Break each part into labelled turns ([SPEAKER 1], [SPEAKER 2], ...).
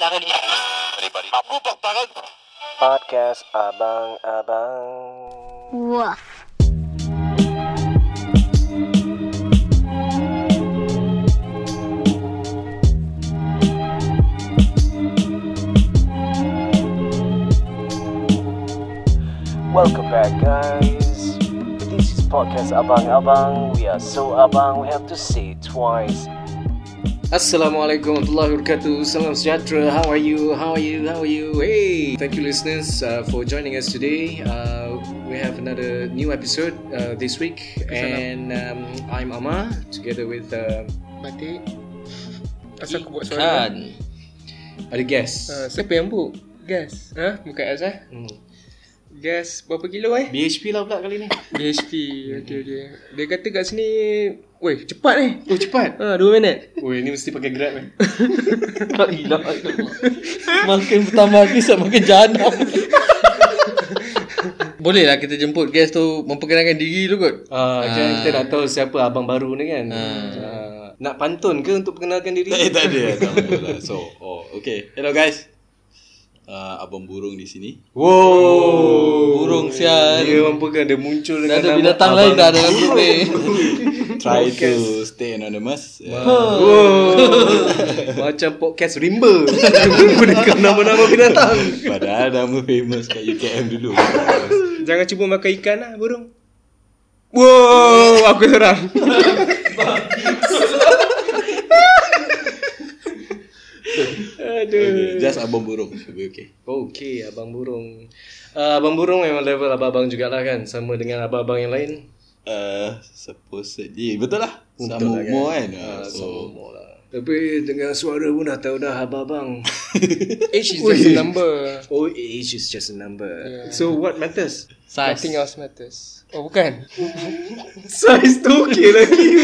[SPEAKER 1] Nakinig.
[SPEAKER 2] Anybody? Apo, pagpagod!
[SPEAKER 3] Podcast Abang Abang.
[SPEAKER 4] Woof.
[SPEAKER 3] Welcome back, guys. This is Podcast Abang Abang. We are so abang, we have to say it twice.
[SPEAKER 5] Assalamualaikum warahmatullahi wabarakatuh. Salam sejahtera. How are you? How are you? How are you? Hey, thank you, listeners, uh, for joining us today. Uh, we have another new episode uh, this week, and um, I'm Amar together with uh,
[SPEAKER 6] Batik Asal aku buat suara Uh.
[SPEAKER 5] Khan. Ada guest.
[SPEAKER 6] ha, Siapa yang book? Gas Ha? Bukan Azhar
[SPEAKER 5] Hmm.
[SPEAKER 6] Gas berapa kilo eh?
[SPEAKER 5] BHP lah pula kali ni.
[SPEAKER 6] BHP Okay okay Dia kata kat sini Weh cepat eh
[SPEAKER 5] Oh cepat.
[SPEAKER 6] Ha 2 minit
[SPEAKER 5] Oh ini mesti pakai grab eh.
[SPEAKER 7] La ilaha illallah. Makin bertambah kisah makin jahanam. Boleh lah kita jemput guest tu memperkenalkan diri dulu kot.
[SPEAKER 5] Uh,
[SPEAKER 7] Ah.
[SPEAKER 5] kita nak tahu siapa abang baru ni kan.
[SPEAKER 7] Ah.
[SPEAKER 5] Uh, nak pantun ke untuk perkenalkan diri?
[SPEAKER 8] Eh tak ada tak ada lah. So oh okay Hello guys uh, Abang Burung di sini
[SPEAKER 5] Wow.
[SPEAKER 7] Burung
[SPEAKER 5] Oh,
[SPEAKER 7] sial.
[SPEAKER 5] Dia mampu kan dia muncul dengan
[SPEAKER 7] Dah ada
[SPEAKER 5] nama
[SPEAKER 7] binatang
[SPEAKER 5] abang.
[SPEAKER 7] lain dah dalam grup ni.
[SPEAKER 8] Try to stay anonymous uh,
[SPEAKER 7] Oh.
[SPEAKER 5] Oh. Macam podcast rimba Menggunakan nama-nama binatang
[SPEAKER 8] Padahal nama famous kat UKM dulu
[SPEAKER 6] Jangan cuba makan ikan lah burung Wow Aku seorang
[SPEAKER 8] okay, Just Abang Burung should be okay
[SPEAKER 5] Okey, Abang Burung uh, Abang Burung memang level abang-abang jugalah kan Sama dengan abang-abang yang lain
[SPEAKER 8] uh, Supposedly Betul lah
[SPEAKER 5] Betul
[SPEAKER 8] Sama
[SPEAKER 5] lah, kan?
[SPEAKER 8] umur kan,
[SPEAKER 5] uh,
[SPEAKER 8] uh, So
[SPEAKER 5] Sama umur lah Tapi dengan suara pun dah tahu dah abang-abang
[SPEAKER 6] Age is just a number
[SPEAKER 5] Oh, age is just a number yeah. So what matters?
[SPEAKER 7] Saiz.
[SPEAKER 6] Nothing else matters Oh bukan
[SPEAKER 5] Size tu okey lagi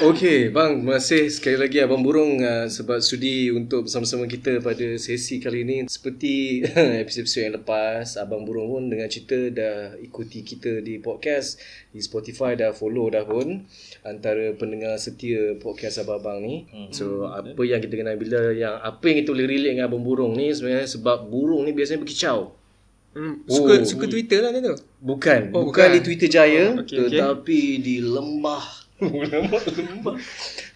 [SPEAKER 5] Okey, bang, terima kasih sekali lagi Abang Burung uh, sebab sudi untuk bersama-sama kita pada sesi kali ini. Seperti episod-episod yang lepas, Abang Burung pun dengan cerita dah ikuti kita di podcast, di Spotify dah follow dah pun antara pendengar setia podcast Abang-Abang ni.
[SPEAKER 6] Mhm.
[SPEAKER 5] So, apa yang kita kena bila yang apa yang kita boleh relate dengan Abang Burung ni sebenarnya sebab burung ni biasanya berkicau.
[SPEAKER 6] hmm, Suka
[SPEAKER 5] Oh.
[SPEAKER 6] suka Twitter lah dia tu
[SPEAKER 5] Bukan,
[SPEAKER 6] Oh,
[SPEAKER 5] oh, bukan
[SPEAKER 6] bukan. Oh,
[SPEAKER 5] di Twitter Jaya
[SPEAKER 6] Okey,
[SPEAKER 5] okay,
[SPEAKER 6] okey.
[SPEAKER 5] tetapi di lembah. lembah, lembah.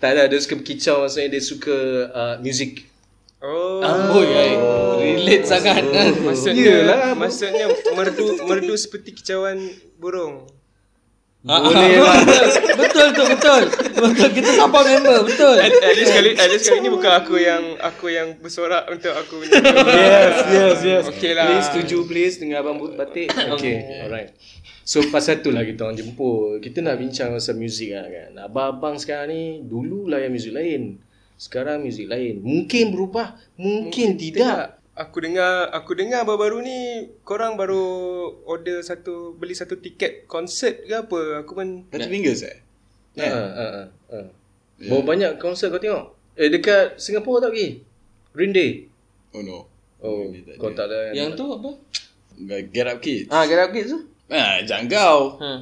[SPEAKER 5] tak ada dia suka berkicau maksudnya dia suka uh, music.
[SPEAKER 6] Oh
[SPEAKER 5] Ah,
[SPEAKER 7] Amboi ai.
[SPEAKER 5] Oh.
[SPEAKER 7] Relate sangat.
[SPEAKER 6] Maksudnya Maksudnya merdu, merdu seperti kicauan burung
[SPEAKER 7] Boleh lah. betul tu betul. Betul kita support member betul.
[SPEAKER 6] At, at least kali at least kali ni bukan aku yang aku yang bersorak untuk aku punya.
[SPEAKER 5] Yes, yes, yes.
[SPEAKER 6] Okey lah.
[SPEAKER 5] Please setuju please dengan abang But Batik. Okay, alright. So pasal tu lah kita orang jemput. Kita nak bincang pasal muzik lah kan. Abang-abang sekarang ni dulu layan muzik lain. Sekarang muzik lain. Mungkin berubah, mungkin, tidak.
[SPEAKER 6] Aku dengar aku dengar baru-baru ni korang baru order satu beli satu tiket konsert ke apa? Aku pun
[SPEAKER 8] Party Fingers eh
[SPEAKER 5] Ha, ha, ha, ha.
[SPEAKER 8] Ya.
[SPEAKER 5] Berapa banyak konsert kau tengok? Eh dekat Singapura tak pergi? Green Day.
[SPEAKER 8] Oh no
[SPEAKER 5] Oh,
[SPEAKER 8] Green Day tak
[SPEAKER 5] kau
[SPEAKER 8] ada.
[SPEAKER 5] tak ada.
[SPEAKER 7] Yang tu apa?
[SPEAKER 8] Get Up Kids
[SPEAKER 7] Ah, Get Up Kids tu.
[SPEAKER 8] ah, Jangan kau
[SPEAKER 7] Hmm.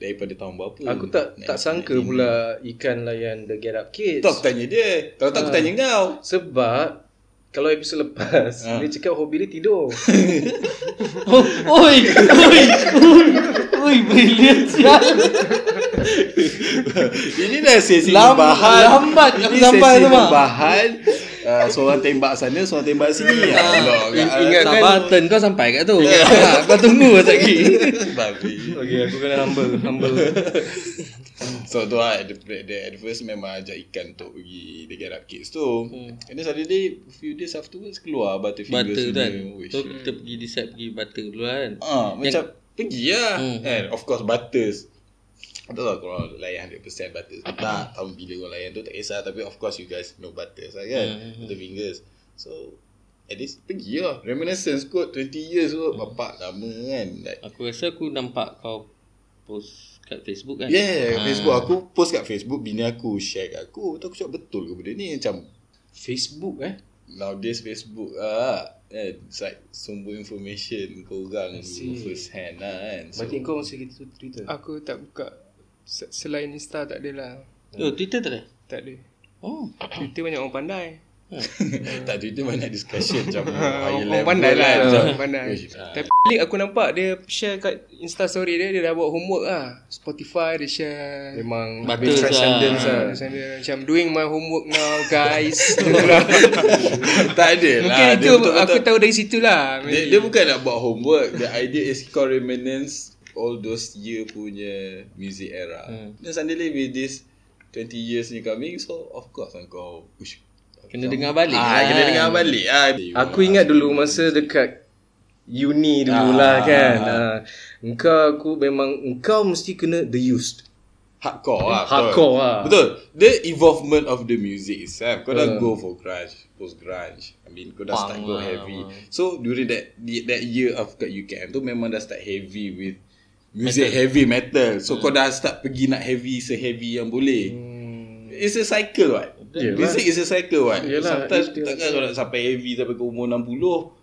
[SPEAKER 8] Daripada tahun berapa
[SPEAKER 5] Aku tak tak sangka pula ikan layan The Get Up
[SPEAKER 8] Tu
[SPEAKER 5] Kids.
[SPEAKER 8] aku tanya dia Kalau
[SPEAKER 5] Ah.
[SPEAKER 8] tak aku tanya kau
[SPEAKER 5] Sebab kalau episod lepas
[SPEAKER 8] Ha.
[SPEAKER 5] dia cakap hobi dia tidur.
[SPEAKER 7] Oh, oi, oi, oi. Oi, brilliant sial.
[SPEAKER 8] Ini dah sesi
[SPEAKER 7] Lam-
[SPEAKER 8] bahan
[SPEAKER 7] lambat aku sampai tu, Mak.
[SPEAKER 8] bahan uh, Seorang tembak sana Seorang tembak sini ya, Allah,
[SPEAKER 7] In-
[SPEAKER 8] kat-
[SPEAKER 7] Ingat kan button kau sampai kat tu. Ha, kau tunggu tak lagi.
[SPEAKER 8] Babi
[SPEAKER 5] Okey, aku kena humble, humble.
[SPEAKER 8] So tu lah At the, the, at the first memang ajak ikan Untuk pergi The Get Up Kids tu hmm. And then suddenly Few days afterwards Keluar Butterfingers
[SPEAKER 7] Butter tu kan
[SPEAKER 8] Wish. lah.
[SPEAKER 7] So kita pergi decide pergi butter dulu kan
[SPEAKER 8] Ah, macam pergi lah
[SPEAKER 7] Hmm.
[SPEAKER 8] hmm. And of course Butters Tak tahu lah korang layan 100% Butters ke tak Tahun bila korang layan tu tak kisah Tapi of course you guys know Butters lah kan
[SPEAKER 7] Hmm.
[SPEAKER 8] hmm. Fingers So At least pergi lah Reminiscence kot 20 years kot
[SPEAKER 7] Hmm.
[SPEAKER 8] Bapak lama kan like,
[SPEAKER 7] Aku rasa aku nampak kau post kat Facebook kan
[SPEAKER 8] Yeah,
[SPEAKER 7] Ah.
[SPEAKER 8] Facebook aku post kat Facebook bini aku share kat aku. Tu aku cakap betul ke benda ni macam
[SPEAKER 5] Facebook eh.
[SPEAKER 8] nowadays Facebook ah eh, it's like sumber information kau orang
[SPEAKER 5] I see.
[SPEAKER 8] first hand lah kan. So,
[SPEAKER 5] Batik kau masih gitu cerita.
[SPEAKER 6] aku tak buka Se- selain Insta tak ada lah.
[SPEAKER 7] Oh Twitter tak ada?
[SPEAKER 6] Tak ada.
[SPEAKER 7] Oh
[SPEAKER 6] Twitter banyak orang pandai.
[SPEAKER 8] tak Twitter banyak discussion macam "Oh, higher
[SPEAKER 9] Orang
[SPEAKER 8] level
[SPEAKER 9] pandai lah
[SPEAKER 8] macam,
[SPEAKER 9] Orang pandai
[SPEAKER 8] "Uish, ah,
[SPEAKER 9] Tapi Lik aku nampak Dia share kat Insta story dia Dia dah buat homework lah Spotify dia share
[SPEAKER 6] Memang big
[SPEAKER 7] Butters lah.
[SPEAKER 6] transcendence
[SPEAKER 8] Ah.
[SPEAKER 6] lah.
[SPEAKER 9] Dia sana Macam doing my homework now guys lah.
[SPEAKER 8] tak ada lah
[SPEAKER 9] Mungkin
[SPEAKER 8] Dia
[SPEAKER 9] itu
[SPEAKER 8] betul-betul-
[SPEAKER 9] Aku tahu dari situ lah
[SPEAKER 8] dia, dia bukan nak buat homework The idea is kau reminisce All those year punya Music era hmm. Then suddenly with this 20 years ni coming So of course lah kau ush,
[SPEAKER 7] Kena dengar balik
[SPEAKER 9] kan?
[SPEAKER 8] ah, Kena dengar balik ah.
[SPEAKER 6] lah. Aku ingat dulu masa dekat uni dulu lah kan. Ah. Engkau aku memang engkau mesti kena the used.
[SPEAKER 8] Hardcore lah betul.
[SPEAKER 6] Hardcore lah.
[SPEAKER 8] Betul The evolvement of the music itself Kau dah go for grunge Post grunge I mean kau dah
[SPEAKER 7] Punk
[SPEAKER 8] start go
[SPEAKER 7] lah.
[SPEAKER 8] heavy So during that That year of kat UKM tu Memang dah start heavy with Music metal. heavy metal So kau dah start pergi nak heavy Se-heavy yang boleh It's a cycle what
[SPEAKER 6] Yelah.
[SPEAKER 8] Music is a cycle what
[SPEAKER 6] Yelah,
[SPEAKER 8] Sometimes
[SPEAKER 6] it-
[SPEAKER 8] takkan kau nak sampai heavy Sampai ke umur 60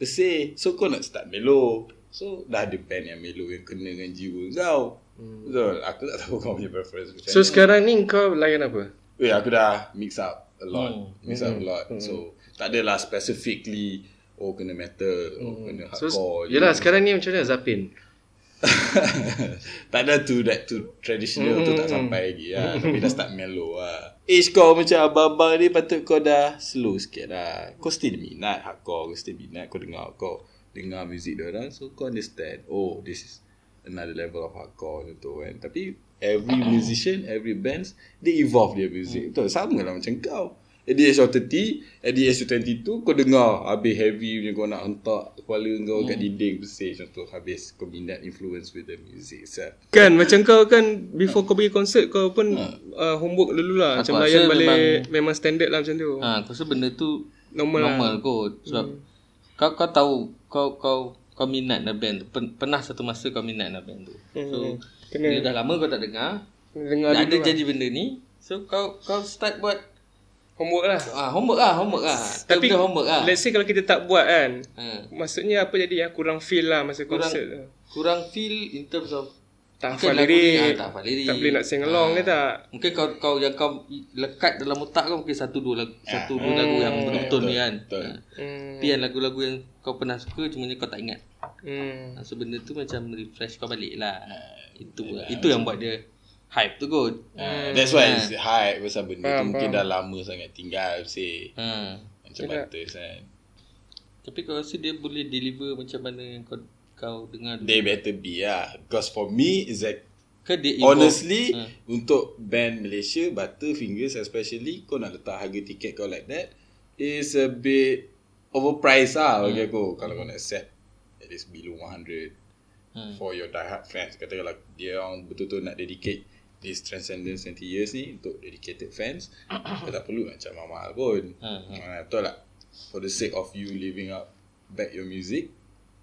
[SPEAKER 8] Pesih So kau nak start mellow So dah ada band yang mellow Yang kena dengan jiwa kau Betul Aku tak tahu kau punya preference macam
[SPEAKER 6] So
[SPEAKER 8] mana.
[SPEAKER 6] sekarang ni engkau layan apa?
[SPEAKER 8] Weh, aku dah mix up a lot. Hmm. Mix up a lot. Hmm. So, tak adalah specifically, oh kena metal, oh kena
[SPEAKER 6] So,
[SPEAKER 8] hardcore. je.
[SPEAKER 6] yelah sekarang ni macam mana Zapin?
[SPEAKER 8] tak ada tu that tu traditional tu tak sampai lagi lah. Tapi dah start mellow lah. Age kau macam abang-abang ni patut kau dah slow sikit lah. Kau still minat hardcore, kau still minat. Kau dengar kau dengar muzik dia orang so kau understand oh this is another level of hardcore macam tu kan tapi every musician every bands they evolve their
[SPEAKER 9] Hmm.
[SPEAKER 8] music betul sama lah macam kau at the age of 30 at the age of 22 kau dengar habis heavy punya kau nak hentak kepala kau kat
[SPEAKER 9] Hmm.
[SPEAKER 8] dinding bersih macam tu habis kau minat influence with the music itself
[SPEAKER 9] Kan macam kau kan Before kau pergi konsert Kau pun
[SPEAKER 8] Hmm.
[SPEAKER 6] ah,
[SPEAKER 9] uh, Homework dulu lah
[SPEAKER 7] Aku rasa
[SPEAKER 9] Macam layan balik
[SPEAKER 7] memang-
[SPEAKER 9] memang, standard lah macam tu
[SPEAKER 8] Ah.
[SPEAKER 7] Ha, aku rasa benda tu
[SPEAKER 9] Normal lah.
[SPEAKER 7] normal kot. Sebab kau kau tahu kau kau kau minat dah band tu. Pen, pernah satu masa kau minat dah band tu. So
[SPEAKER 9] Hmm, Kena-
[SPEAKER 7] bila dah lama kau tak dengar,
[SPEAKER 9] Dengar
[SPEAKER 7] dah ada
[SPEAKER 9] dulu lah
[SPEAKER 7] jadi benda ni. So kau kau start buat
[SPEAKER 9] Homework lah
[SPEAKER 7] ah homework ah, homework ah.
[SPEAKER 9] Tapi
[SPEAKER 7] Tapi homework ah.
[SPEAKER 9] Let's say kalau kita tak buat kan
[SPEAKER 7] Ha.
[SPEAKER 9] Maksudnya apa jadi yang kurang feel lah masa
[SPEAKER 7] Kurang-
[SPEAKER 9] konsert tu.
[SPEAKER 7] Kurang feel in terms of
[SPEAKER 9] Tak
[SPEAKER 7] Mungkin
[SPEAKER 9] hafal
[SPEAKER 6] lah
[SPEAKER 7] lagu ni,
[SPEAKER 9] lirik.
[SPEAKER 7] ah, tak hafal lirik.
[SPEAKER 9] Tak boleh nak sing along
[SPEAKER 6] Ah.
[SPEAKER 9] ke tak.
[SPEAKER 7] Mungkin kau kau yang kau lekat dalam otak kau mungkin satu dua lagu satu
[SPEAKER 9] Ah.
[SPEAKER 7] dua lagu yang
[SPEAKER 9] Hmm.
[SPEAKER 7] betul-betul ni kan.
[SPEAKER 8] betul.
[SPEAKER 7] Ha.
[SPEAKER 6] Hmm,
[SPEAKER 7] Tapi yang lagu-lagu yang kau pernah suka cuma kau tak ingat.
[SPEAKER 9] Hmm.
[SPEAKER 7] Ha, So benda tu macam refresh kau balik lah Itu lah. itu yang buat dia hype tu kot
[SPEAKER 8] Uh, that's why it's hype pasal benda tu
[SPEAKER 9] Hmm. Faham,
[SPEAKER 8] mungkin
[SPEAKER 9] faham.
[SPEAKER 8] dah lama sangat tinggal say
[SPEAKER 7] ha.
[SPEAKER 8] macam butters kan
[SPEAKER 7] Tapi kau rasa dia boleh deliver macam mana yang kau kau dengar dulu
[SPEAKER 8] they better be lah because for me is like
[SPEAKER 7] Ke dia evolve?
[SPEAKER 8] honestly
[SPEAKER 7] Ha.
[SPEAKER 8] untuk band Malaysia Butterfingers especially kau nak letak harga tiket kau like that is a bit overpriced lah bagi aku kalau kau nak set at least below 100 for your diehard fans katakanlah dia orang betul-betul nak dedicate this transcendence 20 years ni untuk dedicated fans kau tak perlu nak macam mahal pun ha, betul tak for the sake of you living up back your music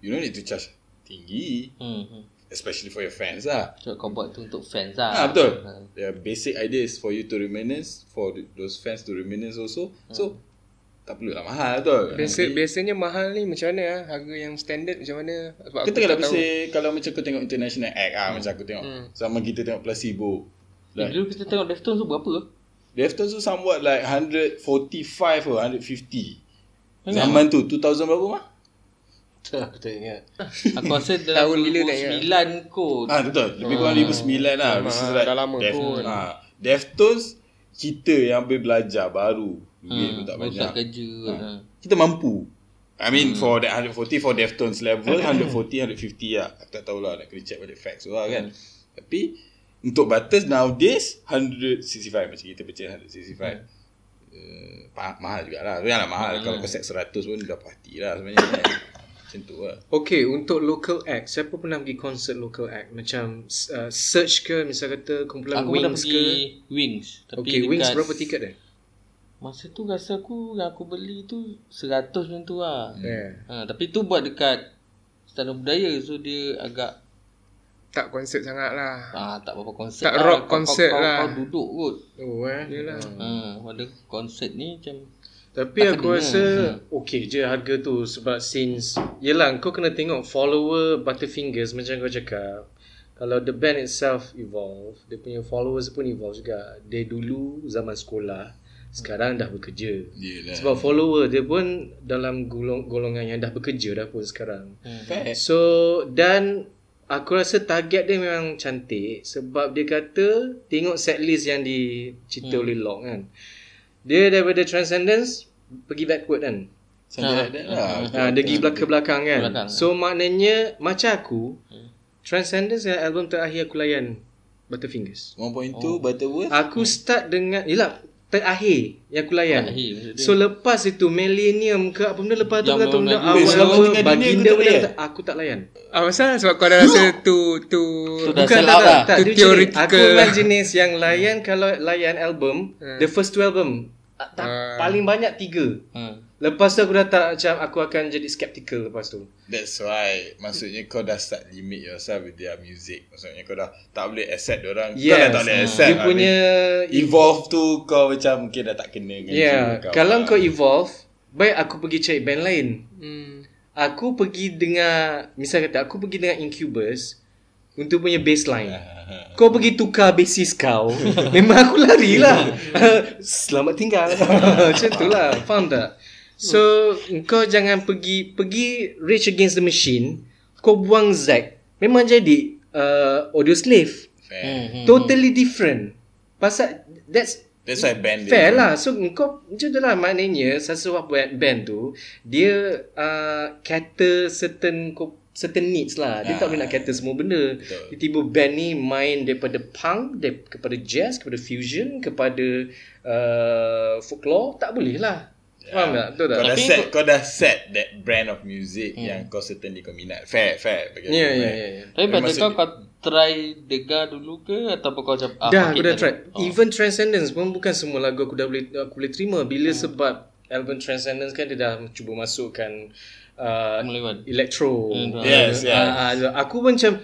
[SPEAKER 8] you don't need to charge tinggi
[SPEAKER 7] hmm. hmm.
[SPEAKER 8] especially for your fans lah
[SPEAKER 7] Sebab kau buat tu untuk fans lah
[SPEAKER 8] Ah betul.
[SPEAKER 7] Ha.
[SPEAKER 8] The basic idea is for you to reminisce, for th- those fans to reminisce also. So tak perlulah mahal lah betul.
[SPEAKER 9] Biasa, biasanya mahal ni macam mana ah? Harga yang standard macam mana? Sebab
[SPEAKER 8] kita
[SPEAKER 6] lah
[SPEAKER 8] kalau basic kalau macam kau tengok international act ah macam aku tengok sama kita tengok placebo.
[SPEAKER 7] Eh,
[SPEAKER 8] Like,
[SPEAKER 7] Dulu kita tengok Deftones tu berapa?
[SPEAKER 8] Deftones tu somewhat like 145 or 150. Zaman tu 2000 berapa mah?
[SPEAKER 6] Tak, aku tak ingat.
[SPEAKER 7] Aku rasa dalam
[SPEAKER 9] Tahun bila tak ingat?
[SPEAKER 7] 2009 kot
[SPEAKER 8] Ah betul. Lebih kurang 2009 lah. Which is like
[SPEAKER 9] dah lama
[SPEAKER 8] pun. Ah, Deftones kita yang ambil belajar baru. Duit pun tak
[SPEAKER 7] baru
[SPEAKER 8] banyak. Ah.
[SPEAKER 7] start Hmm, kerja ha.
[SPEAKER 8] kita mampu. I mean hmm. for that 140 for Deftones level 140 150 lah. Aku tak tahulah nak kena check balik facts tu lah kan. Tapi untuk Butters nowadays 165 macam kita pecah 165. Hmm. Uh, pa- mahal jugalah. Sebenarnya lah
[SPEAKER 6] Hmm.
[SPEAKER 8] mahal. Kalau kau set 100 pun dah pati lah sebenarnya. kan. macam tu lah.
[SPEAKER 6] Okay, untuk local act, siapa pernah pergi konsert local act? Macam uh, Search ke, misal kata kumpulan
[SPEAKER 7] Aku pernah
[SPEAKER 6] Wings
[SPEAKER 7] pergi
[SPEAKER 6] ke?
[SPEAKER 7] Wings Tapi
[SPEAKER 6] Okay,
[SPEAKER 7] dekat-
[SPEAKER 6] Wings berapa tiket dia?
[SPEAKER 7] Masa tu rasa aku yang aku beli tu 100 macam tu lah
[SPEAKER 9] Hmm.
[SPEAKER 6] Yeah.
[SPEAKER 7] Ha, tapi tu buat dekat Istana Budaya so dia agak
[SPEAKER 9] tak konsert sangat lah.
[SPEAKER 7] ah, tak berapa konsert
[SPEAKER 9] Tak rock
[SPEAKER 7] Kau-
[SPEAKER 9] konsert
[SPEAKER 7] kau, kau,
[SPEAKER 9] lah.
[SPEAKER 7] Kau duduk kot.
[SPEAKER 6] Oh eh. Yalah.
[SPEAKER 7] Ha, pada konsert ni macam
[SPEAKER 6] Tapi
[SPEAKER 7] Tak
[SPEAKER 6] aku
[SPEAKER 7] kena.
[SPEAKER 6] rasa okey je harga tu sebab since yelah kau kena tengok follower Butterfingers macam kau cakap. Kalau the band itself evolve, dia punya followers pun evolve juga. Dia dulu zaman sekolah Sekarang dah bekerja.
[SPEAKER 8] Yelah.
[SPEAKER 6] Sebab follower dia pun dalam golong, golongan yang dah bekerja dah pun sekarang.
[SPEAKER 8] Fair.
[SPEAKER 6] So dan aku rasa target dia memang cantik sebab dia kata tengok setlist yang dicipta hmm. oleh Long kan. Dia daripada Transcendence pergi backward kan.
[SPEAKER 8] Something like that lah.
[SPEAKER 6] Ha, dia pergi belakang belakang kan.
[SPEAKER 7] Hmm. Belakang. Hmm.
[SPEAKER 6] So maknanya macam aku Transcendence adalah album terakhir aku layan Butterfingers.
[SPEAKER 8] 1.2
[SPEAKER 6] Oh.
[SPEAKER 8] Butterworth.
[SPEAKER 6] Aku start dengan yalah terakhir yang aku layan.
[SPEAKER 7] Terakhir, maksud dia.
[SPEAKER 6] So lepas itu Millennium ke apa benda lepas tu
[SPEAKER 7] Yang
[SPEAKER 6] aku kata
[SPEAKER 7] belum
[SPEAKER 6] benda
[SPEAKER 7] lagi.
[SPEAKER 6] awal
[SPEAKER 8] Weh, selama
[SPEAKER 6] apa
[SPEAKER 8] tinggal dunia
[SPEAKER 6] baginda
[SPEAKER 8] kau tak
[SPEAKER 6] benda
[SPEAKER 8] layan?
[SPEAKER 6] tak- aku tak layan.
[SPEAKER 9] Ah, masa sebab kau dah rasa tu tu
[SPEAKER 7] Tu dah
[SPEAKER 6] Bukan
[SPEAKER 7] sell
[SPEAKER 6] tak,
[SPEAKER 7] out
[SPEAKER 6] tak,
[SPEAKER 7] lah.
[SPEAKER 6] tak.
[SPEAKER 9] Tu
[SPEAKER 6] Dia jenis-
[SPEAKER 9] theoretical.
[SPEAKER 6] Aku memang jenis yang layan kalau layan album, the first two album ah, tak, paling banyak tiga.
[SPEAKER 7] Hmm.
[SPEAKER 6] Lepas tu aku dah tak macam aku akan jadi skeptical lepas tu.
[SPEAKER 8] That's why maksudnya kau dah start limit yourself with their music. Maksudnya kau dah tak boleh accept orang. Kau dah tak boleh accept.
[SPEAKER 6] Dia
[SPEAKER 8] lah.
[SPEAKER 6] punya
[SPEAKER 8] evolve tu kau macam mungkin dah tak kena dengan
[SPEAKER 6] Yeah,
[SPEAKER 8] jiwa
[SPEAKER 6] Ya, kalau
[SPEAKER 8] lah.
[SPEAKER 6] kau evolve, baik aku pergi cari band lain. Aku pergi dengar, misal kata aku pergi dengar Incubus untuk punya bassline. Kau pergi tukar basis kau, memang aku lari lah. Selamat tinggal. Macam tu lah, faham tak? So, kau jangan pergi pergi Rage Against the Machine, kau buang Zack. Memang jadi uh, audio slave.
[SPEAKER 8] Fair.
[SPEAKER 6] Totally different. Pasal that's
[SPEAKER 8] That's why band dia-
[SPEAKER 6] Fair lah So kau Macam tu lah Maknanya Sesuatu band, band tu Dia uh, Cater certain kau- Certain needs lah Dia tak boleh nak cater semua benda Tiba-tiba band ni Main daripada punk dari, Kepada jazz Kepada fusion Kepada uh, Folklore Tak boleh lah Faham tak? Betul tak?
[SPEAKER 8] Kau dah
[SPEAKER 7] Tapi
[SPEAKER 8] set kau dah set that brand of music yang kau certainly kau minat. Fair, fair. Bagi aku,
[SPEAKER 6] Hmm. Ya, ya,
[SPEAKER 8] fair.
[SPEAKER 6] ya, ya.
[SPEAKER 7] Tapi pada
[SPEAKER 8] maksud-
[SPEAKER 7] kau kau try degar dulu ke ataupun kau macam ah,
[SPEAKER 6] dah
[SPEAKER 7] okay,
[SPEAKER 6] aku dah
[SPEAKER 7] tak
[SPEAKER 6] try.
[SPEAKER 7] ada.
[SPEAKER 6] Oh. Even Transcendence pun bukan semua lagu aku dah boleh aku boleh terima bila hmm. sebab album Transcendence kan dia dah cuba masukkan uh,
[SPEAKER 7] Melayu kan?
[SPEAKER 6] electro.
[SPEAKER 8] Yes, yes.
[SPEAKER 6] Ah, ah, aku pun macam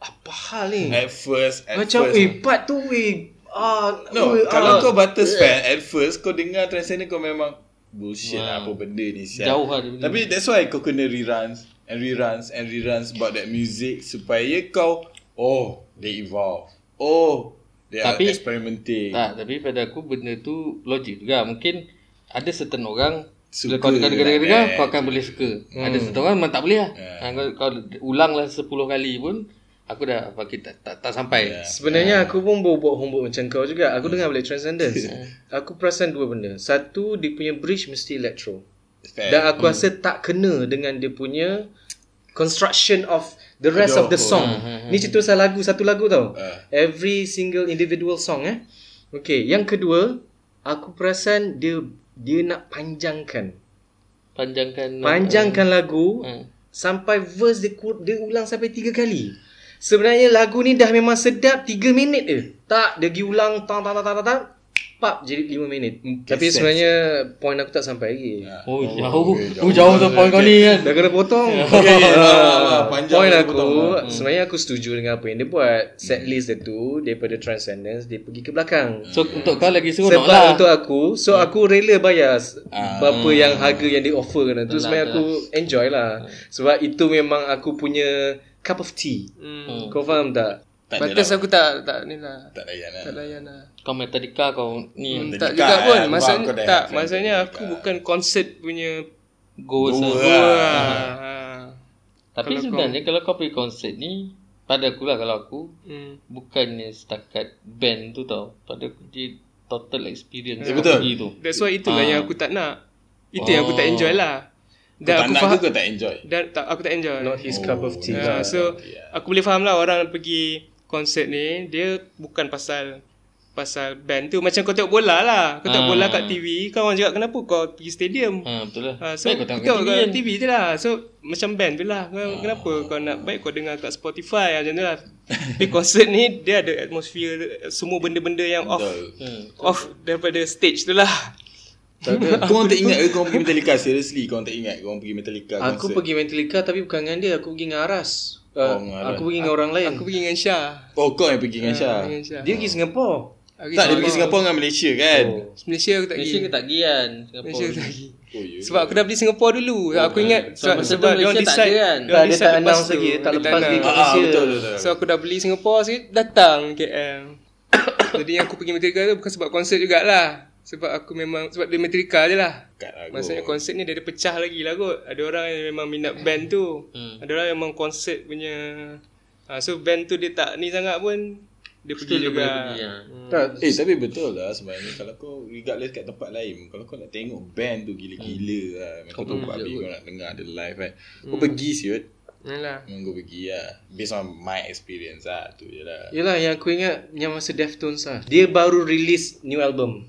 [SPEAKER 6] apa hal ni?
[SPEAKER 8] At first, at
[SPEAKER 6] Macam
[SPEAKER 8] first.
[SPEAKER 6] eh part tu eh ah
[SPEAKER 8] No,
[SPEAKER 6] eh,
[SPEAKER 8] kalau
[SPEAKER 6] ah.
[SPEAKER 8] kau Butters fan at first kau dengar Transcendent kau memang bullshit lah apa benda ni sial.
[SPEAKER 7] Jauh lah daripada-
[SPEAKER 8] Tapi that's why kau kena reruns and reruns and reruns about that music supaya kau oh they evolve. Oh they are
[SPEAKER 7] Tapi-
[SPEAKER 8] experimenting.
[SPEAKER 6] Ah,
[SPEAKER 7] Tak, tapi pada aku benda tu logik juga. Mungkin ada certain orang
[SPEAKER 8] Suka
[SPEAKER 7] suka bila kau dengar dengar dengar
[SPEAKER 8] lah,
[SPEAKER 7] kau
[SPEAKER 8] kan?
[SPEAKER 7] akan boleh suka. Hmm. Ada certain orang memang tak boleh lah.
[SPEAKER 8] Yeah.
[SPEAKER 7] Yeah. Kau, kau ulanglah 10 kali pun aku dah pakai tak tak, tak
[SPEAKER 6] Ya.
[SPEAKER 7] sampai.
[SPEAKER 8] Yeah.
[SPEAKER 6] Sebenarnya aku pun baru buat homework macam kau juga. Aku dengar balik Transcendence. aku perasan dua benda. Satu dia punya bridge mesti electro.
[SPEAKER 8] Fair.
[SPEAKER 6] Dan aku rasa tak kena dengan dia punya construction of the rest of the song. Ni cerita pasal lagu, satu lagu tau.
[SPEAKER 8] Ah.
[SPEAKER 6] Every single individual song eh. Okay, yang kedua, aku perasan dia dia nak panjangkan.
[SPEAKER 7] Panjangkan
[SPEAKER 6] Panjangkan lagu
[SPEAKER 7] Hmm.
[SPEAKER 6] sampai verse dia, kur- dia ulang sampai tiga kali. Sebenarnya lagu ni dah memang sedap tiga minit je. Tak, dia pergi ulang tang tang tang tang tang, tang pap jadi lima minit. Tapi
[SPEAKER 8] sense.
[SPEAKER 6] sebenarnya point aku tak sampai lagi.
[SPEAKER 7] Oh, jauh.
[SPEAKER 8] okay,
[SPEAKER 7] Oh, jauh tu point kau ni kan.
[SPEAKER 6] Dah kena potong.
[SPEAKER 8] Okay, yeah, lah, lah,
[SPEAKER 6] Ah,
[SPEAKER 8] panjang
[SPEAKER 6] Point
[SPEAKER 8] kena
[SPEAKER 6] aku
[SPEAKER 8] potong,
[SPEAKER 6] hmm. Sebenarnya aku setuju dengan apa yang dia buat Set list dia tu Daripada Transcendence Dia pergi ke belakang
[SPEAKER 7] So untuk kau lagi seronok
[SPEAKER 6] Sebab
[SPEAKER 7] lah.
[SPEAKER 6] untuk aku So
[SPEAKER 9] Hmm.
[SPEAKER 6] aku rela bayar s-
[SPEAKER 8] Ah.
[SPEAKER 6] Berapa yang harga yang dia offer kena tu
[SPEAKER 7] Betul lah,
[SPEAKER 6] Sebenarnya
[SPEAKER 7] betul
[SPEAKER 6] aku enjoy lah
[SPEAKER 8] Hmm.
[SPEAKER 6] Sebab itu memang aku punya Cup of tea Kau faham tak?
[SPEAKER 8] Oh. tak ada lah.
[SPEAKER 9] Batas Hmm. aku tak tak ni lah.
[SPEAKER 8] tak layan lah.
[SPEAKER 9] Tak layan lah.
[SPEAKER 7] Kau metadika kau
[SPEAKER 8] Dah
[SPEAKER 7] ni
[SPEAKER 9] Hmm, tak
[SPEAKER 8] dekat
[SPEAKER 9] juga
[SPEAKER 8] lah,
[SPEAKER 9] pun.
[SPEAKER 8] sebab
[SPEAKER 9] Maksudnya
[SPEAKER 8] kau dah
[SPEAKER 9] tak,
[SPEAKER 8] friend
[SPEAKER 9] maksudnya
[SPEAKER 8] dah
[SPEAKER 9] aku
[SPEAKER 8] dekat.
[SPEAKER 9] bukan konsert punya
[SPEAKER 7] goals
[SPEAKER 8] Goal
[SPEAKER 7] lah.
[SPEAKER 8] lah.
[SPEAKER 9] Ah.
[SPEAKER 7] Tapi
[SPEAKER 9] Kalau
[SPEAKER 7] sebenarnya kalau kau pergi konsert ni pada aku lah kalau aku
[SPEAKER 9] Hmm.
[SPEAKER 7] bukannya setakat band tu tau. Pada aku dia total experience
[SPEAKER 8] Eh,
[SPEAKER 7] kau
[SPEAKER 8] betul.
[SPEAKER 7] pergi tu.
[SPEAKER 9] That's why
[SPEAKER 7] Ah.
[SPEAKER 9] itulah yang aku tak nak. Itu yang aku tak enjoy
[SPEAKER 8] Oh.
[SPEAKER 9] lah.
[SPEAKER 8] Kau
[SPEAKER 9] Dan
[SPEAKER 8] tak
[SPEAKER 9] aku
[SPEAKER 8] nak
[SPEAKER 9] faham
[SPEAKER 8] ke kau tak enjoy?
[SPEAKER 9] dan tak aku tak enjoy.
[SPEAKER 6] Not his cup of tea
[SPEAKER 9] Ya,
[SPEAKER 6] lah.
[SPEAKER 9] so aku boleh faham lah orang pergi konsert ni dia bukan pasal pasal band tu macam kau tengok bola lah. Kau
[SPEAKER 7] Ah.
[SPEAKER 9] tengok bola kat TV, kau orang cakap kenapa kau pergi
[SPEAKER 6] Hmm.
[SPEAKER 9] stadium?
[SPEAKER 7] Ha betul lah.
[SPEAKER 9] Ha, so
[SPEAKER 7] Baik
[SPEAKER 9] kau tengok kat TV,
[SPEAKER 6] kan.
[SPEAKER 9] kat TV je lah So macam band tu lah Kau-
[SPEAKER 6] Ah.
[SPEAKER 9] Kenapa kau nak Baik kau dengar kat Spotify Macam tu lah Tapi konsert ni Dia ada atmosphere Semua benda-benda yang
[SPEAKER 6] Oh.
[SPEAKER 9] off
[SPEAKER 8] Betul.
[SPEAKER 7] Hmm.
[SPEAKER 9] Off daripada stage tu lah
[SPEAKER 8] Kau orang tak ingat ke kau pergi Metallica? Seriously, kau orang tak ingat kau orang pergi Metallica
[SPEAKER 6] Aku
[SPEAKER 8] concert?
[SPEAKER 6] pergi Metallica Tapi bukan dengan dia Aku pergi dengan Aras
[SPEAKER 8] Oh,
[SPEAKER 6] Uh,
[SPEAKER 8] dengan Aras.
[SPEAKER 6] Aku pergi dengan orang lain
[SPEAKER 9] Aku pergi dengan Syah
[SPEAKER 8] Oh, kau yang pergi dengan Syah.
[SPEAKER 9] Dengan Syah
[SPEAKER 6] Dia pergi Singapore
[SPEAKER 9] Aku
[SPEAKER 8] Tak, dia pergi Singapura dengan Malaysia kan?
[SPEAKER 9] Malaysia aku tak pergi
[SPEAKER 7] Malaysia ke tak pergi kan Singapura
[SPEAKER 9] Malaysia aku tak pergi
[SPEAKER 8] Oh, ya.
[SPEAKER 9] Sebab aku dah beli Singapura dulu Aku
[SPEAKER 7] Hmm.
[SPEAKER 9] ingat Sebab,
[SPEAKER 7] masa tu
[SPEAKER 9] sebab dia orang
[SPEAKER 7] Malaysia tak ada
[SPEAKER 9] decide
[SPEAKER 7] kan?
[SPEAKER 9] dia
[SPEAKER 6] Tak, dia
[SPEAKER 9] orang decide
[SPEAKER 6] tak
[SPEAKER 9] lepas
[SPEAKER 6] announce
[SPEAKER 9] tu.
[SPEAKER 6] lagi, tak
[SPEAKER 9] Dia
[SPEAKER 6] lepas lagi
[SPEAKER 9] announce.
[SPEAKER 8] Ah, ah,
[SPEAKER 6] kat Malaysia.
[SPEAKER 8] betul, betul, betul.
[SPEAKER 9] So aku dah beli Singapura sikit Datang KL Jadi yang aku pergi Metallica tu Bukan sebab konsert jugalah Sebab aku memang Sebab dia metrika je lah
[SPEAKER 8] Kat lah
[SPEAKER 9] Maksudnya konsert ni dia ada pecah lagi lah kot Ada orang yang memang minat band tu
[SPEAKER 7] Hmm.
[SPEAKER 9] Ada orang yang memang konsert punya ha, So band tu dia tak ni sangat pun Dia pergi
[SPEAKER 7] Betul dia
[SPEAKER 9] juga
[SPEAKER 7] boleh pergi
[SPEAKER 6] ya.
[SPEAKER 7] lah.
[SPEAKER 6] Tak,
[SPEAKER 8] Eh tapi betul lah sebenarnya kalau kau regardless kat tempat lain kalau kau nak tengok band tu gila-gila
[SPEAKER 9] Hmm.
[SPEAKER 8] lah memang kau tahu
[SPEAKER 7] pergi
[SPEAKER 8] babi
[SPEAKER 7] je
[SPEAKER 8] kau nak dengar ada live kan kau pergi siut
[SPEAKER 9] Yalah
[SPEAKER 8] memang kau pergi lah based on my experience lah tu je lah
[SPEAKER 6] Yelah yang aku ingat yang masa Deftones lah. Dia baru release new album.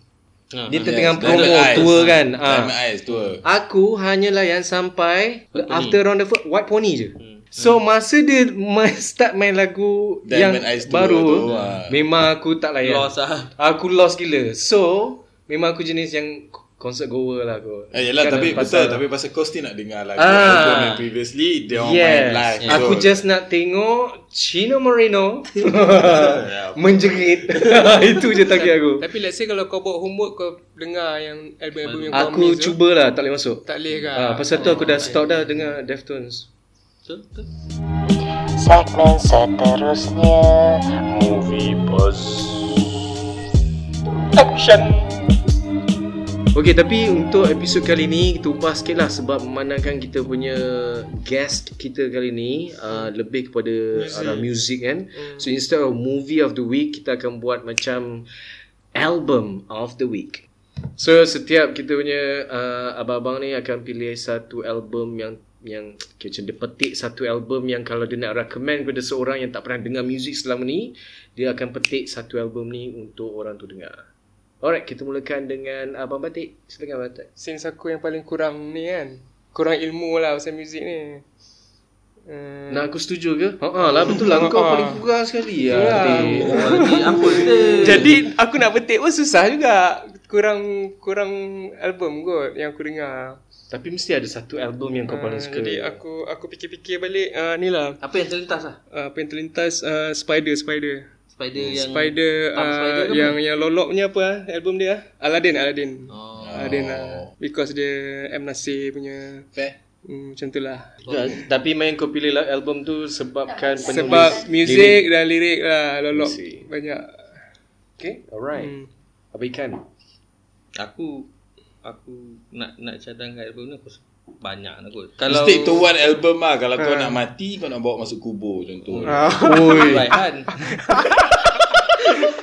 [SPEAKER 7] Ha,
[SPEAKER 6] Dia
[SPEAKER 7] ha.
[SPEAKER 6] tengah
[SPEAKER 8] Diamond
[SPEAKER 6] promo
[SPEAKER 8] Eyes.
[SPEAKER 6] tour kan. Ha.
[SPEAKER 8] Diamond Eyes tour
[SPEAKER 6] Aku hanyalah yang sampai
[SPEAKER 7] White Pony.
[SPEAKER 6] after round the first, White Pony je.
[SPEAKER 9] Hmm.
[SPEAKER 6] So masa dia main, start main lagu
[SPEAKER 8] Diamond
[SPEAKER 6] yang
[SPEAKER 8] Eyes tour
[SPEAKER 6] baru
[SPEAKER 8] tu, ah.
[SPEAKER 6] memang aku tak layan.
[SPEAKER 7] Lost lah.
[SPEAKER 6] Aku lost gila. So memang aku jenis yang concert goer lah aku.
[SPEAKER 8] Eh, yelah
[SPEAKER 6] Bukan
[SPEAKER 8] tapi betul
[SPEAKER 6] pasal-
[SPEAKER 8] tapi pasal kau still nak dengar lagu
[SPEAKER 6] Ah.
[SPEAKER 8] album yang previously dia orang main
[SPEAKER 6] Yes.
[SPEAKER 8] live
[SPEAKER 6] Aku
[SPEAKER 8] betul.
[SPEAKER 6] just nak tengok Chino Moreno menjerit. Itu je target aku.
[SPEAKER 9] Tapi let's say kalau kau buat homework Kau dengar yang album-album yang kau
[SPEAKER 6] Aku
[SPEAKER 9] miss tu,
[SPEAKER 6] cubalah tak boleh masuk.
[SPEAKER 9] Tak boleh kan
[SPEAKER 6] Ah, pasal tu aku dah stop dah dengar Deftones.
[SPEAKER 7] Betul, betul.
[SPEAKER 5] Segmen seterusnya Movie Buzz Action
[SPEAKER 6] Okey tapi untuk episod kali ni kita ubah sikit lah sebab memandangkan kita punya guest kita kali ni uh, lebih kepada arah music kan. So instead of movie of the week kita akan buat macam album of the week. So setiap kita punya uh, abang-abang ni akan pilih satu album yang yang okay, macam dia petik satu album yang kalau dia nak recommend kepada seorang yang tak pernah dengar muzik selama ni dia akan petik satu album ni untuk orang tu dengar. Alright, kita mulakan dengan Abang Batik. Silakan Abang Batik.
[SPEAKER 9] Since aku yang paling kurang ni kan Kurang ilmu lah pasal muzik ni Hmm.
[SPEAKER 6] Nak aku setuju ke? Ha ah, lah betul lah kau
[SPEAKER 9] Ha-ha.
[SPEAKER 6] paling kurang sekali ya.
[SPEAKER 9] Ya.
[SPEAKER 6] Batik.
[SPEAKER 7] Lagi apa dia?
[SPEAKER 9] Jadi aku nak petik pun susah juga Kurang kurang album kot yang aku dengar
[SPEAKER 6] Tapi mesti ada satu album yang kau
[SPEAKER 7] Hmm,
[SPEAKER 6] paling
[SPEAKER 9] Ah,
[SPEAKER 6] suka.
[SPEAKER 9] Jadi aku aku fikir-fikir balik uh, ni lah
[SPEAKER 7] Apa yang terlintas lah?
[SPEAKER 9] uh, apa yang terlintas uh, Spider Spider
[SPEAKER 7] Spider yang...
[SPEAKER 9] Spider,
[SPEAKER 7] Pump
[SPEAKER 9] uh,
[SPEAKER 7] Spider ke
[SPEAKER 9] yang yang lolok punya apa ah album dia ah? Aladdin Aladdin
[SPEAKER 7] Oh.
[SPEAKER 9] Aladdin lah because dia M Nasir punya
[SPEAKER 8] Fair.
[SPEAKER 9] mm, macam tu lah
[SPEAKER 6] Ya, tapi main kau pilih lah album tu sebabkan penulis.
[SPEAKER 9] sebab music dan lirik lah lolok banyak
[SPEAKER 6] Okay, alright.
[SPEAKER 9] hmm.
[SPEAKER 6] Abaikan.
[SPEAKER 7] Aku... Aku nak nak cadangkan album ni aku se- banyak lah kot.
[SPEAKER 8] Kalau... Stick to one album lah Kalau kau nak mati Kau nak bawa masuk kubur Contoh
[SPEAKER 9] Ah. Oh.
[SPEAKER 7] Oi. Han.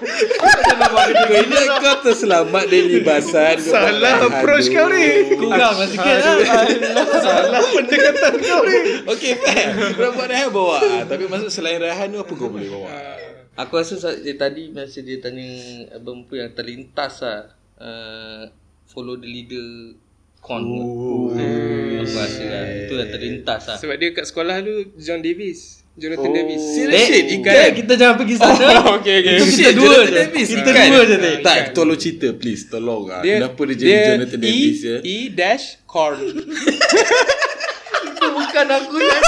[SPEAKER 8] Kau ingat kau terselamat dari libasan Kau
[SPEAKER 9] Salah
[SPEAKER 8] pakai
[SPEAKER 9] approach
[SPEAKER 8] handuk.
[SPEAKER 9] kau ni
[SPEAKER 7] Kurang lah sikit lah.
[SPEAKER 9] Salah pendekatan kau ni
[SPEAKER 8] Okay fair Kau buat Rehan bawa Ah, Tapi maksud selain Rehan tu Apa kau boleh bawa
[SPEAKER 7] Aku rasa sa- eh, tadi masa dia tanya album apa yang terlintas lah. Uh, follow the leader Korn. Aku rasa lah. Itu yang terlintas lah.
[SPEAKER 9] Sebab dia kat sekolah tu John Davis
[SPEAKER 8] Oh.
[SPEAKER 9] Jonathan Davis
[SPEAKER 8] Shit
[SPEAKER 9] kan?
[SPEAKER 7] Dek, kita jangan pergi sana.
[SPEAKER 9] Oh, okay, okay.
[SPEAKER 7] Itu kita
[SPEAKER 8] Shit,
[SPEAKER 7] dua
[SPEAKER 8] Jonathan
[SPEAKER 7] je.
[SPEAKER 8] Davis.
[SPEAKER 7] Kita
[SPEAKER 8] Bukan.
[SPEAKER 7] dua je, Dek.
[SPEAKER 8] Tak tolong cerita please Tolong lah Kenapa dia jadi Jonathan Davis ya
[SPEAKER 9] E dash corn.
[SPEAKER 7] Bukan aku yang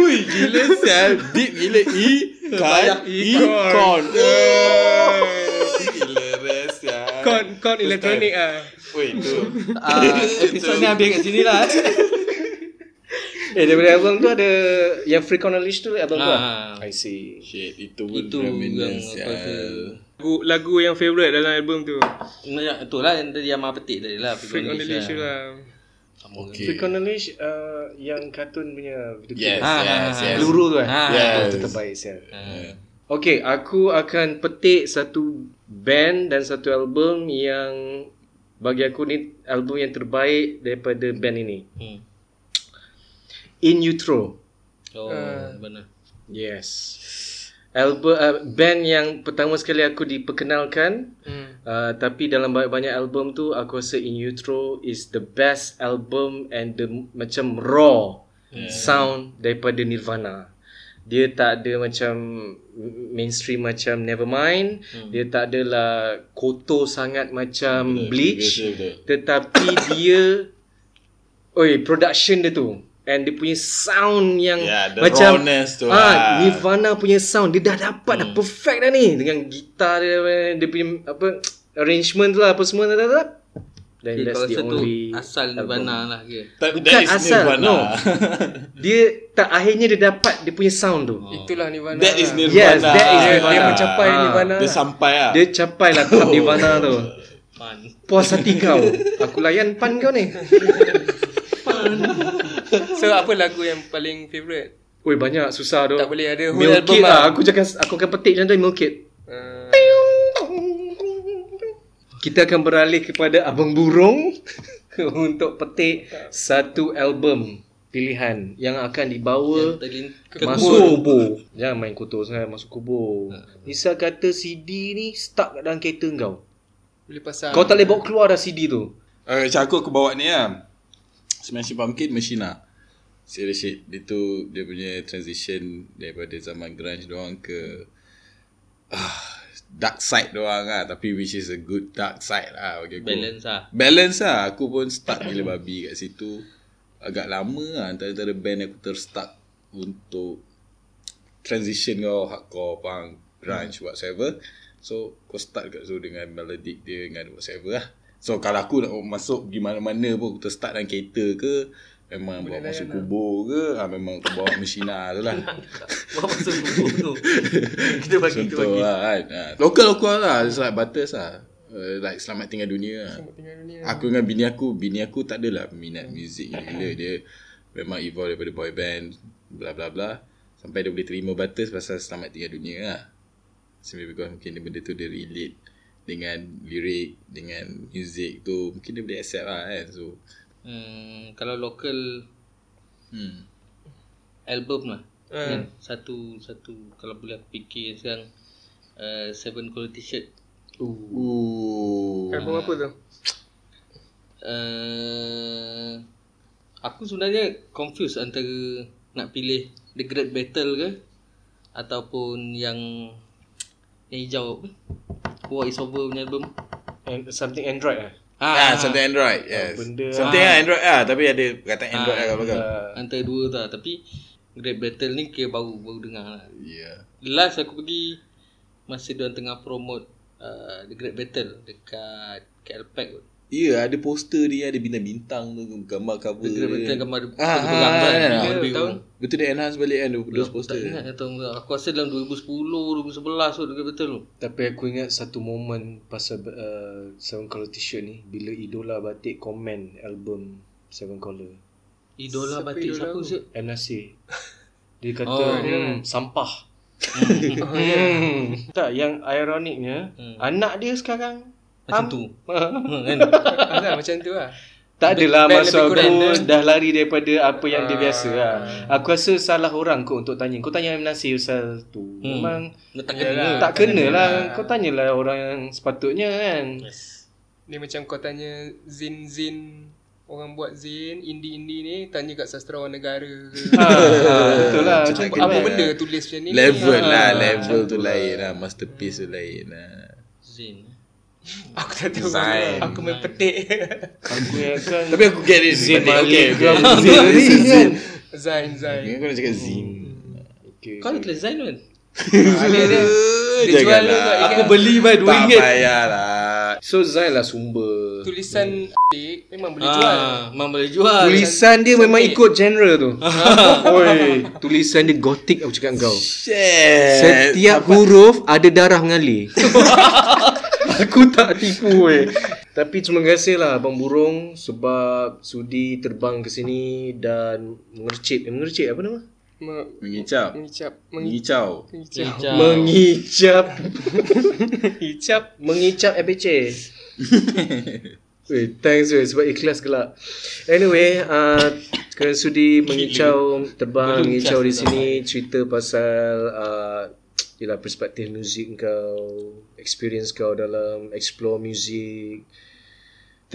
[SPEAKER 8] Ui gila sial Deep gila E Kan E Con Gila res ya. sial
[SPEAKER 9] Corn corn elektronik ah.
[SPEAKER 8] Ui tu
[SPEAKER 7] Ah, Episod ni habis kat sini lah.
[SPEAKER 6] Eh daripada album tu ada yang Free Knowledge tu lah? album tu.
[SPEAKER 7] Ah.
[SPEAKER 6] Ha, I see.
[SPEAKER 8] Shit itu pun
[SPEAKER 7] Itu yang
[SPEAKER 8] reminisce,
[SPEAKER 7] aku rasa.
[SPEAKER 8] sial.
[SPEAKER 9] Lagu, lagu yang favourite dalam album tu.
[SPEAKER 7] Yang tu lah yang tadi Amar petik tadi lah.
[SPEAKER 9] Freak on the leash tu lah.
[SPEAKER 8] Okay
[SPEAKER 6] Free Knowledge uh, yang kartun punya video
[SPEAKER 8] Yes
[SPEAKER 6] klip.
[SPEAKER 7] Ah,
[SPEAKER 8] yes
[SPEAKER 7] ah,
[SPEAKER 8] yes
[SPEAKER 6] Peluru tu kan?
[SPEAKER 7] Ah,
[SPEAKER 8] Yes
[SPEAKER 6] Itu terbaik sial. Okay, aku akan petik satu band dan satu album yang bagi aku ni album yang terbaik daripada band ini.
[SPEAKER 7] Hmm.
[SPEAKER 6] In Utero.
[SPEAKER 7] Oh, benar.
[SPEAKER 6] Yes. Album uh, band yang pertama sekali aku diperkenalkan
[SPEAKER 9] Hmm.
[SPEAKER 6] uh, tapi dalam banyak-banyak album tu aku rasa In Utero is the best album and the macam raw sound daripada Nirvana. Dia tak ada macam mainstream macam Nevermind, dia tak adalah kotor sangat macam Bleach
[SPEAKER 8] Hmm. betul, betul.
[SPEAKER 6] tetapi dia Oi, production dia tu and dia punya sound yang
[SPEAKER 8] Yeah, the
[SPEAKER 6] macam
[SPEAKER 8] rawness tu
[SPEAKER 6] ah,
[SPEAKER 8] lah.
[SPEAKER 6] Nirvana punya sound dia dah dapat hmm. dah perfect dah ni dengan gitar dia dia punya apa arrangement tu lah apa semua dah dah, dah Then
[SPEAKER 7] Okay,
[SPEAKER 6] that's
[SPEAKER 7] Eh, kalau
[SPEAKER 6] the
[SPEAKER 7] saya tu
[SPEAKER 6] only
[SPEAKER 7] asal Nirvana lah ke.
[SPEAKER 8] That,
[SPEAKER 6] Bukan asal, no. Dia tak akhirnya dia dapat dia punya sound tu.
[SPEAKER 9] Oh. Itulah Nirvana.
[SPEAKER 8] that is Nirvana.
[SPEAKER 6] Yes, that is
[SPEAKER 8] Dia-
[SPEAKER 6] Nirvana.
[SPEAKER 8] Dia mencapai
[SPEAKER 6] Ah.
[SPEAKER 8] Nirvana. Dia sampai lah.
[SPEAKER 6] Dia capai lah tahap nirvana tu.
[SPEAKER 7] Pan.
[SPEAKER 6] Puas hati kau. Aku layan pan kau ni.
[SPEAKER 9] So apa lagu yang paling favourite?
[SPEAKER 6] Oi banyak susah tu.
[SPEAKER 9] Tak boleh ada whole
[SPEAKER 6] Milk
[SPEAKER 9] album
[SPEAKER 6] It
[SPEAKER 9] lah.
[SPEAKER 6] lah. Aku jangan aku akan petik macam tu Milk It.
[SPEAKER 9] Uh,
[SPEAKER 6] Kita akan beralih kepada Abang Burung untuk petik satu album pilihan yang akan dibawa
[SPEAKER 9] Ya,
[SPEAKER 7] Terlin-
[SPEAKER 6] masuk kubur. Jangan main kotor sangat masuk kubur.
[SPEAKER 9] Ah.
[SPEAKER 6] Nisa kata CD ni stuck kat dalam kereta kau.
[SPEAKER 9] boleh pasang.
[SPEAKER 6] Kau tak boleh bawa keluar dah CD tu.
[SPEAKER 8] Okay, Eh, macam aku aku bawa ni lah. Smashing Pumpkin, Machina. Serious shit. Dia tu, dia punya transition daripada zaman grunge doang ke ah, dark side doang lah. Tapi which is a good dark side lah. Okay,
[SPEAKER 7] Balance lah.
[SPEAKER 8] Balance lah. Aku pun stuck gila babi kat situ. Agak lama lah antara-antara band aku terstuck untuk transition kau hardcore, punk, grunge,
[SPEAKER 7] Hmm.
[SPEAKER 8] whatsoever. So, kau start kat situ dengan melodic dia dengan whatsoever lah. So, kalau aku nak masuk pergi mana-mana pun, aku terstart dalam kereta ke, memang bawa masuk
[SPEAKER 7] lah.
[SPEAKER 8] kubur ke, ha, memang aku bawa mesina tu lah.
[SPEAKER 7] Bawa masuk kubur tu. Kita bagi tu
[SPEAKER 8] Contoh
[SPEAKER 7] bagi.
[SPEAKER 8] lah kan. Ha, Local-local lah, just like Butters lah. Uh, like Selamat Tinggal Dunia lah. Aku dengan bini aku Bini aku tak adalah Minat muzik gila Dia memang evolve daripada boy band Bla bla bla Sampai dia boleh terima batas Pasal selamat tinggal dunia lah So maybe because mungkin dia- benda tu dia relate Dengan lirik Dengan muzik tu Mungkin dia boleh accept lah kan So
[SPEAKER 7] Hmm, kalau local
[SPEAKER 8] hmm.
[SPEAKER 7] album lah. Kan? Satu satu kalau boleh aku fikir sekarang uh, Seven Quality Shirt.
[SPEAKER 8] Ooh.
[SPEAKER 9] Album Oh, apa tu?
[SPEAKER 7] Uh, aku sebenarnya confused antara nak pilih The Great Battle ke ataupun yang yang hijau apa? War is over punya album.
[SPEAKER 6] And something Android lah.
[SPEAKER 8] Ah, something Android yes. Something ah. Android ah Tapi ada kata Android ah, lah kat belakang
[SPEAKER 7] Antara dua tu lah Tapi Great Battle ni kira baru Baru dengar lah
[SPEAKER 8] Yeah
[SPEAKER 7] Last aku pergi Masa diorang tengah promote uh, The Great Battle Dekat KL Pack kot
[SPEAKER 8] Ya, yeah, ada poster dia, ada bintang-bintang tu, gambar cover.
[SPEAKER 7] The Great Battle
[SPEAKER 8] dia.
[SPEAKER 7] gambar dia
[SPEAKER 8] Ah,
[SPEAKER 7] dia berang
[SPEAKER 8] ah, ah,
[SPEAKER 7] kan Dia
[SPEAKER 8] ah.
[SPEAKER 7] lebih
[SPEAKER 8] Betul.
[SPEAKER 7] kurang.
[SPEAKER 8] Betul dia enhance balik kan dua- dua
[SPEAKER 7] Tak
[SPEAKER 8] poster.
[SPEAKER 7] ingat dah tahun berapa Aku rasa dalam 2010 2011 tu The Great Battle tu
[SPEAKER 6] Tapi aku ingat satu momen pasal uh, Seven Color t-shirt ni bila Idola Batik komen album Seven Color.
[SPEAKER 7] Idola batik siapa siap
[SPEAKER 6] NSA. Dia kata
[SPEAKER 7] Oh,
[SPEAKER 6] oh, hmm, sampah. hmm. Tak, yang ironiknya hmm. anak dia sekarang
[SPEAKER 7] Macam tu kan?
[SPEAKER 9] Azal macam tu lah.
[SPEAKER 6] tak adalah
[SPEAKER 9] Lebih-
[SPEAKER 6] maksud
[SPEAKER 9] lebih kurang
[SPEAKER 6] aku dah lari daripada apa yang dia biasa lah. Aku rasa salah orang kau untuk tanya. Kau tanya Nasir pasal tu. Hmm. Memang
[SPEAKER 7] Dia tak kena
[SPEAKER 6] tak kena lah. Kau tanyalah orang yang sepatutnya kan.
[SPEAKER 9] Ni macam kau tanya zin-zin orang buat zin indie-indie ni tanya kat sastrawan negara ke.
[SPEAKER 6] Ha, ha, betul lah. Macam
[SPEAKER 8] Ah, Cakap
[SPEAKER 6] tu
[SPEAKER 9] apa
[SPEAKER 6] kan.
[SPEAKER 9] benda tulis macam ni?
[SPEAKER 8] Level lah, level tu lain lah, masterpiece tu lain lah.
[SPEAKER 7] Zain
[SPEAKER 9] Aku tak tahu.
[SPEAKER 8] Design.
[SPEAKER 9] Aku main petik.
[SPEAKER 6] Aku yang akan
[SPEAKER 8] Tapi aku get it.
[SPEAKER 6] Zin
[SPEAKER 8] Batik, okay,
[SPEAKER 6] balik.
[SPEAKER 8] okay.
[SPEAKER 6] Zin ni kan.
[SPEAKER 9] Zain, Zain.
[SPEAKER 8] Ingat kau nak cakap Zin.
[SPEAKER 7] Kau ada Zain kan?
[SPEAKER 9] Dia, dia, dia jual
[SPEAKER 8] Janganlah.
[SPEAKER 9] dekat
[SPEAKER 6] lah. Aku beli by
[SPEAKER 8] Tak
[SPEAKER 6] 2 ringgit.
[SPEAKER 8] payahlah.
[SPEAKER 6] So Zain lah sumber.
[SPEAKER 9] tulisan adik memang boleh jual.
[SPEAKER 7] Ah, memang boleh jual
[SPEAKER 6] Tulisan dia memang ikut genre tu. Oi, tulisan dia gotik aku cakap kau.
[SPEAKER 8] Shit.
[SPEAKER 6] Setiap huruf ada darah mengalir. aku tak tipu weh. Tapi terima kasih lah Abang Burung sebab sudi terbang ke sini dan mengercik. Eh, mengercik apa nama?
[SPEAKER 9] Me-
[SPEAKER 8] Mengicap.
[SPEAKER 9] mengicap, mengicap,
[SPEAKER 8] Mengicau.
[SPEAKER 9] mengicap.
[SPEAKER 7] Ciao.
[SPEAKER 6] Mengicap. Mengicap. Mengicap FPC. Weh, thanks weh sebab ikhlas gelak. Anyway, uh, kerana sudi mengicau terbang, mengicau di sini, cerita pasal uh, yelah, perspektif muzik kau, experience kau dalam explore muzik,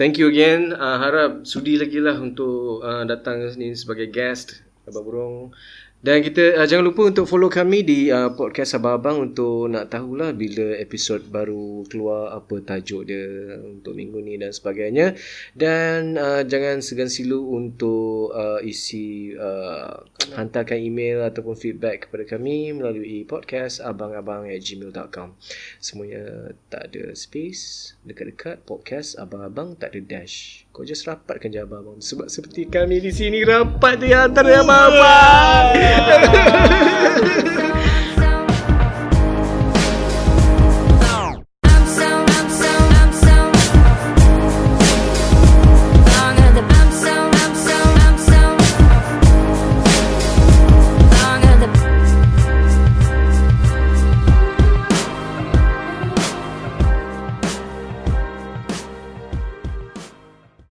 [SPEAKER 6] Thank you again. Uh, harap sudi lagi lah untuk uh, datang ke sini sebagai guest Abang Burung. Dan kita uh, jangan lupa untuk follow kami di uh, podcast Abang Abang untuk nak tahulah bila episod baru keluar apa tajuk dia untuk minggu ni dan sebagainya. Dan uh, jangan segan silu untuk uh, isi uh, hantarkan email ataupun feedback kepada kami melalui podcast abangabang@gmail.com. Semuanya tak ada space, dekat-dekat podcast abang-abang tak ada dash. Kau just rapatkan je abang-abang sebab seperti kami di sini rapat je antara abang-abang.